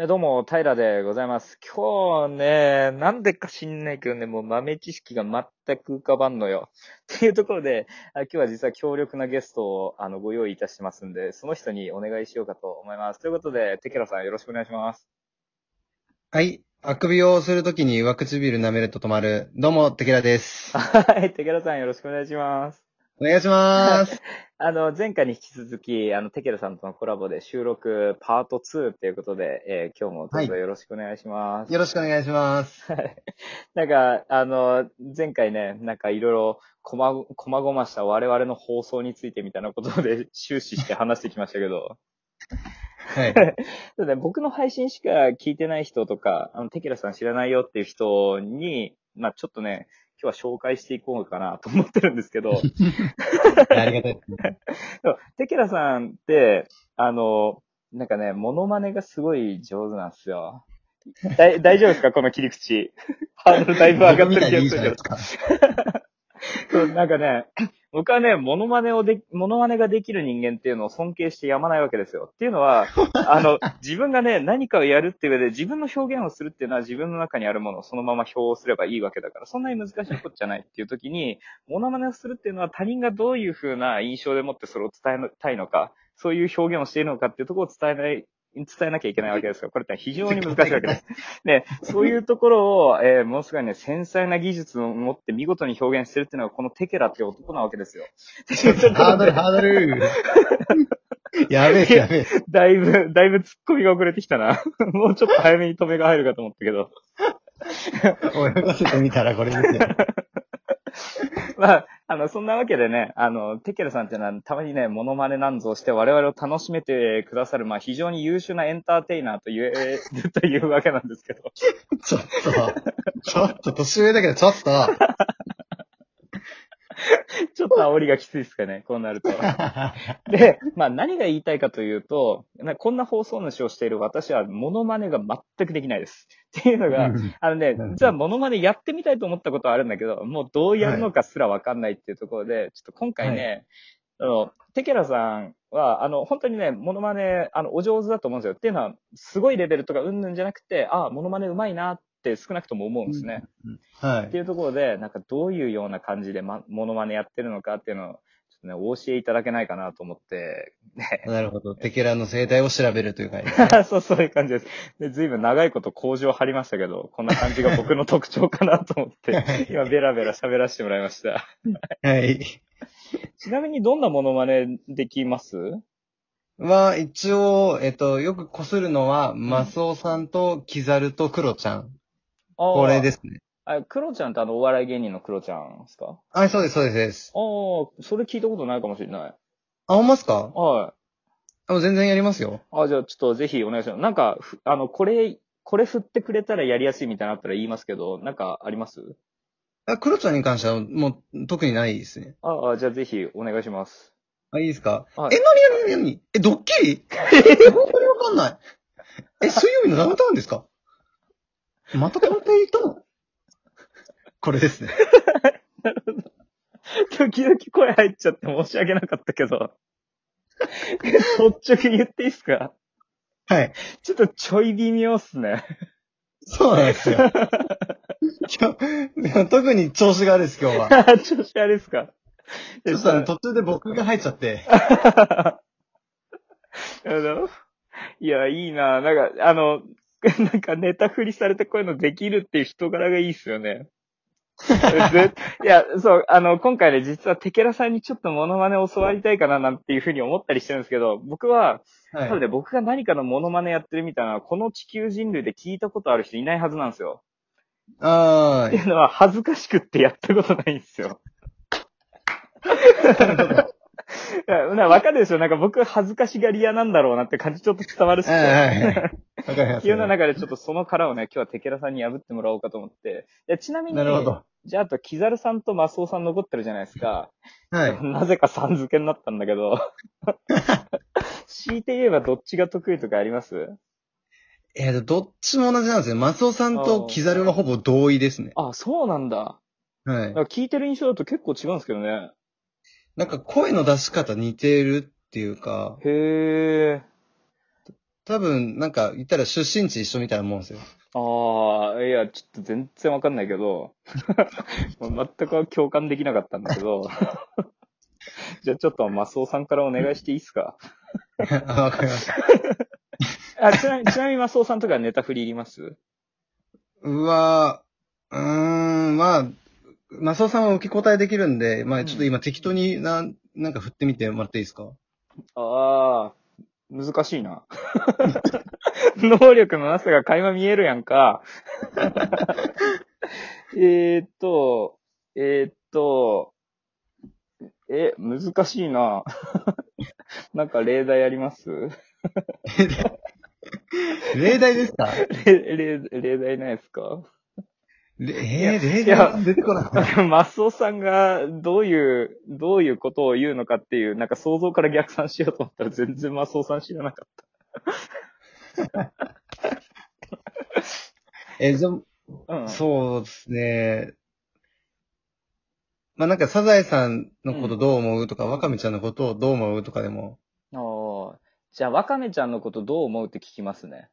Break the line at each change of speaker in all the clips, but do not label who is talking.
えどうも、平でございます。今日ね、なんでか知んないけどね、もう豆知識が全く浮かばんのよ。 っていうところで、あ今日は実は強力なゲストをあのご用意いたしてますんで、その人にお願いしようかと思います。ということで、テケラさんよろしくお願いします。
はい。あくびをするときに上唇舐めると止まる。どうも、テケラです。
はい、テケラさんよろしくお願いします。
お願いします。
あの、前回に引き続き、あの、テケラさんとのコラボで収録パート2っていうことで、えー今日もどうぞよろしくお願いします。
よろしくお願いします。
なんか、あの、前回ね、なんかいろいろ、こま、こまごました我々の放送についてみたいなことで終始して話してきましたけど、
はい。
そうだね僕の配信しか聞いてない人とか、あの、テキラさん知らないよっていう人に、まあちょっとね、今日は紹介していこうかなと思ってるんですけど、
ありがたいですね。
テキラさんって、あの、なんかね、モノマネがすごい上手なんですよ。だい大丈夫ですかこの切り口。ハードルだいぶ上がってる気がする
いい
け
じ
ど
ゃないですか。
そう、なんかね、僕はね、モノマネをで、モノマネができる人間っていうのを尊敬してやまないわけですよ。っていうのは、 あの、自分がね、何かをやるって上で自分の表現をするっていうのは自分の中にあるものをそのまま表すればいいわけだから、そんなに難しいことじゃないっていう時に、モノマネをするっていうのは他人がどういう風な印象でもってそれを伝えたいのか、そういう表現をしているのかっていうところを伝えない、伝えなきゃいけないわけですよ。これって非常に難しいわけです。ね、そういうところを、えーものすごいね、繊細な技術を持って見事に表現してるっていうのがこのテケラっていう男なわけですよ。
ハードル、ハードル。 やべえ、やべえ。
だいぶ、だいぶ突っ込みが遅れてきたな。 もうちょっと早めに止めが入るかと思ったけど。
泳がせてみたらこれですよ。
まあ、あの、そんなわけでね、あの、テケルさんっていうのは、たまにね、モノマネなんぞをして我々を楽しめてくださる、まあ、非常に優秀なエンターテイナーと 言えるというわけなんですけど。
ちょっと、ちょっと、年上だけど、ちょっと。
ちょっと煽りがきついですかね、こうなると。で、まあ、何が言いたいかというと、なこんな放送主をしている私は、モノマネが全くできないです。っていうのが、あのね
う、ん
実はモノマネやってみたいと思ったことはあるんだけど、もうどうやるのかすらわかんないっていうところで、ちょっと今回ね、あの、テケラさんは、あの、本当にね、モノマネ、あの、お上手だと思うんですよ。っていうのは、すごいレベルとかうんぬんじゃなくて、ああ、モノマネうまいなって少なくとも思うんですね。
は
って
い。
いうところで、なんかどういうような感じで、ま、モノマネやってるのかっていうのを、ちょっとね、お教えいただけないかなと思って、ね。
なるほど。テケラの生態を調べるという回です。
そう、そういう感じです。で、ずいぶん長いこと工場張りましたけど、こんな感じが僕の特徴かなと思って、 今ベラベラ喋らせてもらいました。
はい。
ちなみにどんなモノマネできます。
は、一応、えっと、よくこするのは、マスオさんとキザルとクロちゃん。これですすね。
あ、クロちゃんってあの、お笑い芸人のクロちゃんですか
はい、そうです、そうですそうです。
ああ、それ聞いたことないかもしれない。
あ、ほんまっすか
はい。
あ全然やりますよ。
あ、じゃあちょっとぜひお願いします。なんか、ふあの、これ、これ振ってくれたらやりやすいみたいなのあったら言いますけど、なんかあります
あ、クロちゃんに関してはもう特にないですね。
ああ、じゃあぜひお願いします。
あ、いいですか
はい
え、なになになにえ、ドッキリ え、本当にわかんない。え、水曜日のダウンタウンですかまた完璧とのこれですね。
時々声入っちゃって申し訳なかったけど。率直に言っていいですか
はい。
ちょっとちょい微妙っすね。
そうなんですよ。 今日、特に調子が悪いです、今日は。
調子あれですか
ちょっとあの途中で僕が入っちゃって。
あの、いや、いいななんか、あの、 なんかネタ振りされてこういうのできるっていう人柄がいいっすよね。ぜいや、そう、あの、今回ね、実はテケラさんにちょっとモノマネを教わりたいかななんていうふうに思ったりしてるんですけど、僕は、
は
多分ね、僕が何かのモノマネやってるみたいなのは、この地球人類で聞いたことある人いないはずなんですよ。
あ
っていうのは、恥ずかしくってやったことないんです よ。いやなわかるでしょなんか僕恥ずかしがり屋なんだろうなって感じちょっと伝わるっ
ー。
す
は
よ
いはいはい。わかりま
っていうような
す。
中でちょっとその殻をね、今日はテケラさんに破ってもらおうかと思って。いやちなみに、
なるほど。
じゃああと、キザルさんとマスオさん残ってるじゃないですか。
はい。
なぜかさん付けになったんだけ ど。強いて言えばどっちが得意とかあります
えっ、と、どっちも同じなんですね。マスオさん
あー
とキザルはほぼ同意ですね。
あ、そうなんだ。
はい。
なんか聞いてる印象だと結構違うんですけどね。
なんか声の出し方似てるっていうか、
へえ。
多分、なんか、言ったら出身地一緒みたいなもんですよ。
ああ、いや、ちょっと全然わかんないけ ど、全く共感できなかったんだけど、じゃあちょっとマスオさんからお願いしていいですか
あわかりました。
あちなみに、ちなみにマスオさんとかネタ振りいります
うわーうーん、まあ、マサオさんは受け答えできるんで、まあ、ちょっと今適当にな、なんか振ってみてもらっていいですか
ああ、難しいな。 能力のなさが垣間見えるやんか。 えーっと、えーっと、え、難しいな。 なんか例題あります
例題ですか
例例例題ないですか
れえー、例
いや
題出てこない。
マスオさんがどういう、どういうことを言うのかっていう、なんか想像から逆算しようと思ったら全然マスオさん知らなかっ
えーじゃあ
た。うん。
そうですね。まあ、なんか、サザエさんのことどう思うとか、ワカメちゃんのことをどう思うとかでも。
おーじゃあ、ワカメちゃんのことどう思うって聞きますね。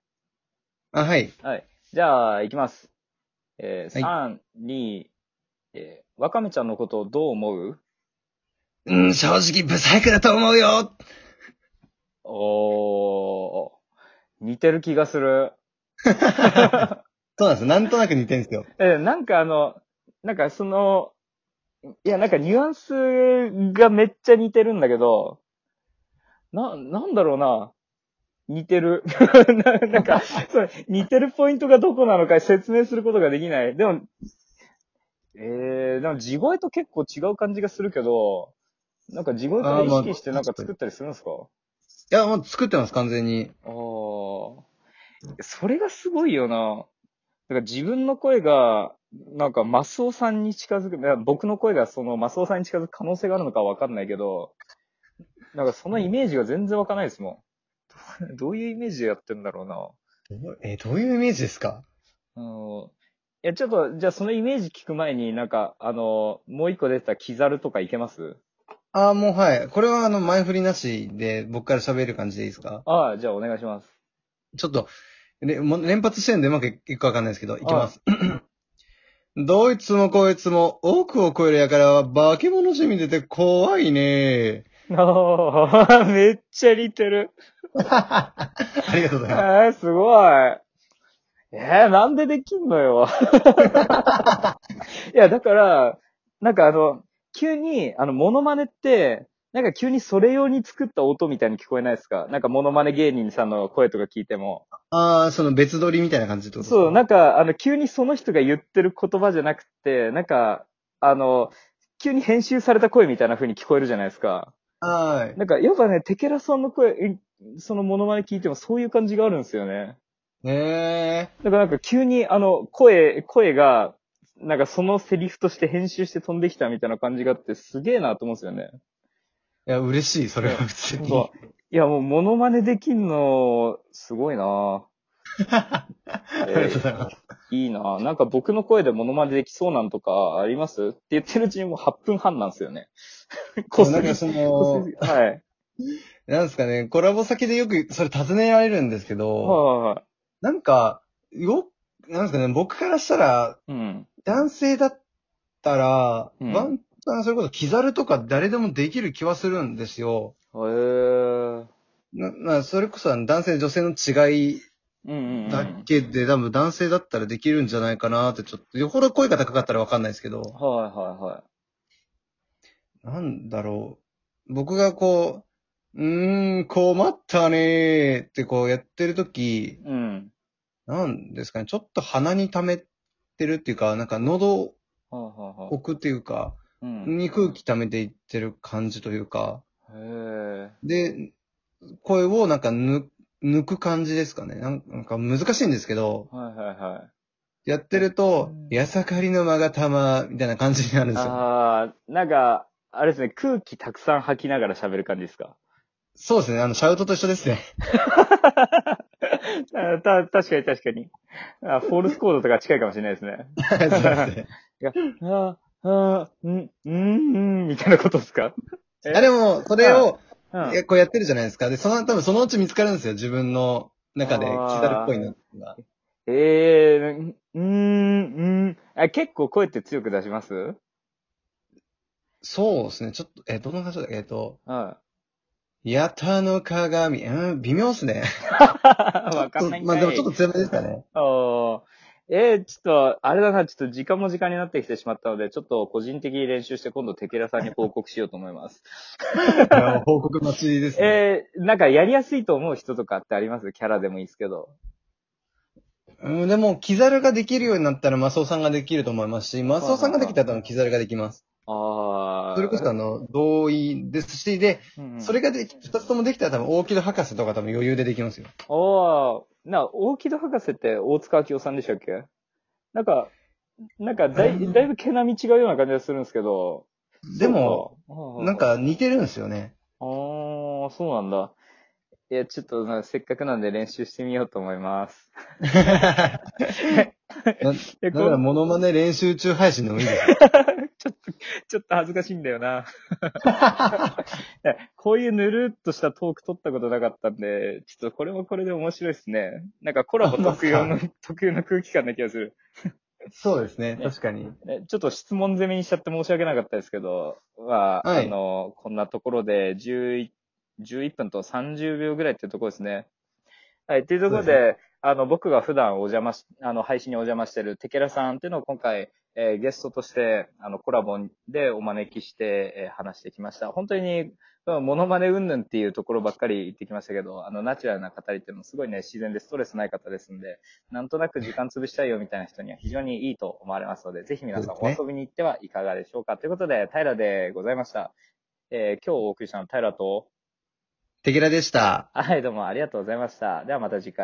あ、はい。
はい。じゃあ、いきます。えー、3、2、えー、ワカメちゃんのことをどう思う
うん、正直、ブサイクだと思うよ
おー、似てる気がする。
そうなんですよ。なんとなく似てるんですよ。
えー、なんかあの、なんかその、いや、なんかニュアンスがめっちゃ似てるんだけど、な、なんだろうな。似てる。 ななんか、それ、似てるポイントがどこなのか説明することができない。でも、えー、でも地声と結構違う感じがするけど、なんか地声と意識してなんか作ったりするんですか
いや、もう作ってます、完全に。
ああ。それがすごいよな。だから自分の声が、なんか、マスオさんに近づく、いや僕の声がその、マスオさんに近づく可能性があるのかはわかんないけど、なんかそのイメージが全然わかんないですもん。 どういうイメージでやってんだろうな。
えーどういうイメージですか
あのいや、ちょっと、じゃあそのイメージ聞く前になんか、あの、もう一個出てたキザルとかいけます
ああ、もうはい。これはあの、前振りなしで僕から喋る感じでいいですか
ああ、じゃあお願いします。
ちょっと、れもう連発してるんでうまくいくかわかんないですけど、いきます。 どいつもこいつも多くを超える輩は化け物じみ出て怖い ね。
ああ、 めっちゃ似てる。
ありがとうございま
えー、すごい。えー、なんでできんの よ。いや、だから、なんかあの、急に、あの、モノマネって、なんか急にそれ用に作った音みたいに聞こえないですかなんかモノマネ芸人さんの声とか聞いても。
す。ああ、その別撮りみたいな感じってことですか
そう、なんか、あの、急にその人が言ってる言葉じゃなくて、なんか、あの、急に編集された声みたいな風に聞こえるじゃないですか。
はーい。
なんか、やっぱね、テケラさんの声、えそのモノマネ聞いてもそういう感じがあるんですよね。
え
だからなんか急にあの声、声が、なんかそのセリフとして編集して飛んできたみたいな感じがあってすげえなと思うんですよね。
えいや、嬉しい、それは普通に。
いやもうモノマネできんの、すごい な
ありがとうございます。
いいななんか僕の声でモノマネできそうなんとかありますって言ってるうちにもう8分半なんですよ ね。こす
なん
り
かそ
こ
の
すり、はい。
なんですかね、コラボ先でよくそれ尋ねられるんですけど、
は
なんか、よ、なんですかね、僕からしたら、
い。うん。
男性だったら、
うん
ワンタンそれこそキザルとか誰でもできる気はするんですよ。
へえ。うん
な、な、それこそあの男性女性の違い
うん、うん。
だけで、多分男性だったらできるんじゃないかなって、ちょっと、よほど声が高かったらわかんないですけど、
はいはいはい。
なんだろう。僕がこう、うーん、困ったねーってこうやってるとき、
うん。
なんですかね、ちょっと鼻に溜めてるっていうか、なんか喉
はいはいはい。
奥っていうか、
うん。へ
に空気溜めていってる感じというか、
え。
で、声をなんか抜抜く感じですかね。なんなんか難しいんですけど、
はいはいはい。
やってると
うん、
やさかりの間がたま、みたいな感じになるんですよ。
ああ、なんか、あれですね、空気たくさん吐きながら喋る感じですか
そうですね。あの、シャウトと一緒ですね。
あた、確かに確かに。あフォールスコードとか近いかもしれないですね。
そうですね。
ああ、ああ、ん、うん、うん、みたいなことですかえ
あでも、それを、
うん。
えこうやってるじゃないですか。で、その、多分そのうち見つかるんですよ。自分の中で
あー
キザルっぽいのが。
ええー、うーん、うん。あ、結構声って強く出し ます
そうですね。ちょっと、え、どんな感じだっけえっと、
うん。
やたの鏡。うん、微妙っすね。
わかんないん
ま
かい。
あでもちょっと強めでし たね。
おーえー、ちょっと、あれだな、ちょっと時間も時間になってきてしまったので、ちょっと個人的に練習して今度テケラさんに報告しようと思います。
いや報告待ちですね。
えー、なんかやりやすいと思う人とかってありますキャラでもいいですけど。
うん、でも、キザルができるようになったらマスオさんができると思いますし、マスオさんができたら多分キザルができます。
ああ。
それこそあの、同意ですし、で、
うんうん
それができ、二つともできたら多分、大木戸博士とか多分余裕でできますよ。
ああ、な、大木戸博士って大塚明夫さんでしたっけなんか、なんかだい、だいぶ毛並み違うような感じがするんですけど。
でも、
そう
なん、か似てるんですよ ね。
ああ、そうなんだ。いや、ちょっとな、せっかくなんで練習してみようと思います。いや
だ
こ
か
う
ら、モノマネ練習中配信でもいいですよ。
ちょっと恥ずかしいんだよな。 いやこういうぬるっとしたトーク撮ったことなかったんで、ちょっとこれもこれで面白いですね。なんかコラボ特有の、特有の空気感な気がする。
そうですね、確かに。
ねちょっと質問攻めにしちゃって申し訳なかったですけど、まあ、
はい
あの、こんなところで11、11分と30秒ぐらいっていうところですね。はい、というところで、
そう
あの、僕が普段お邪魔し、あの、配信にお邪魔してるテケラさんっていうのを今回、えーゲストとして、あの、コラボでお招きして、えー話してきました。本当に、うんモノマネ云々っていうところばっかり言ってきましたけど、あの、ナチュラルな語りっていうのもすごいね、自然でストレスない方ですんで、なんとなく時間潰したいよみたいな人には非常にいいと思われますので、ぜひ皆さん
そう
お
ですね
遊びに行ってはいかがでしょうか。ということで、平でございました。えー今日お送りしたのは平と、
テキラでした。
はい、どうもありがとうございました。ではまた次回。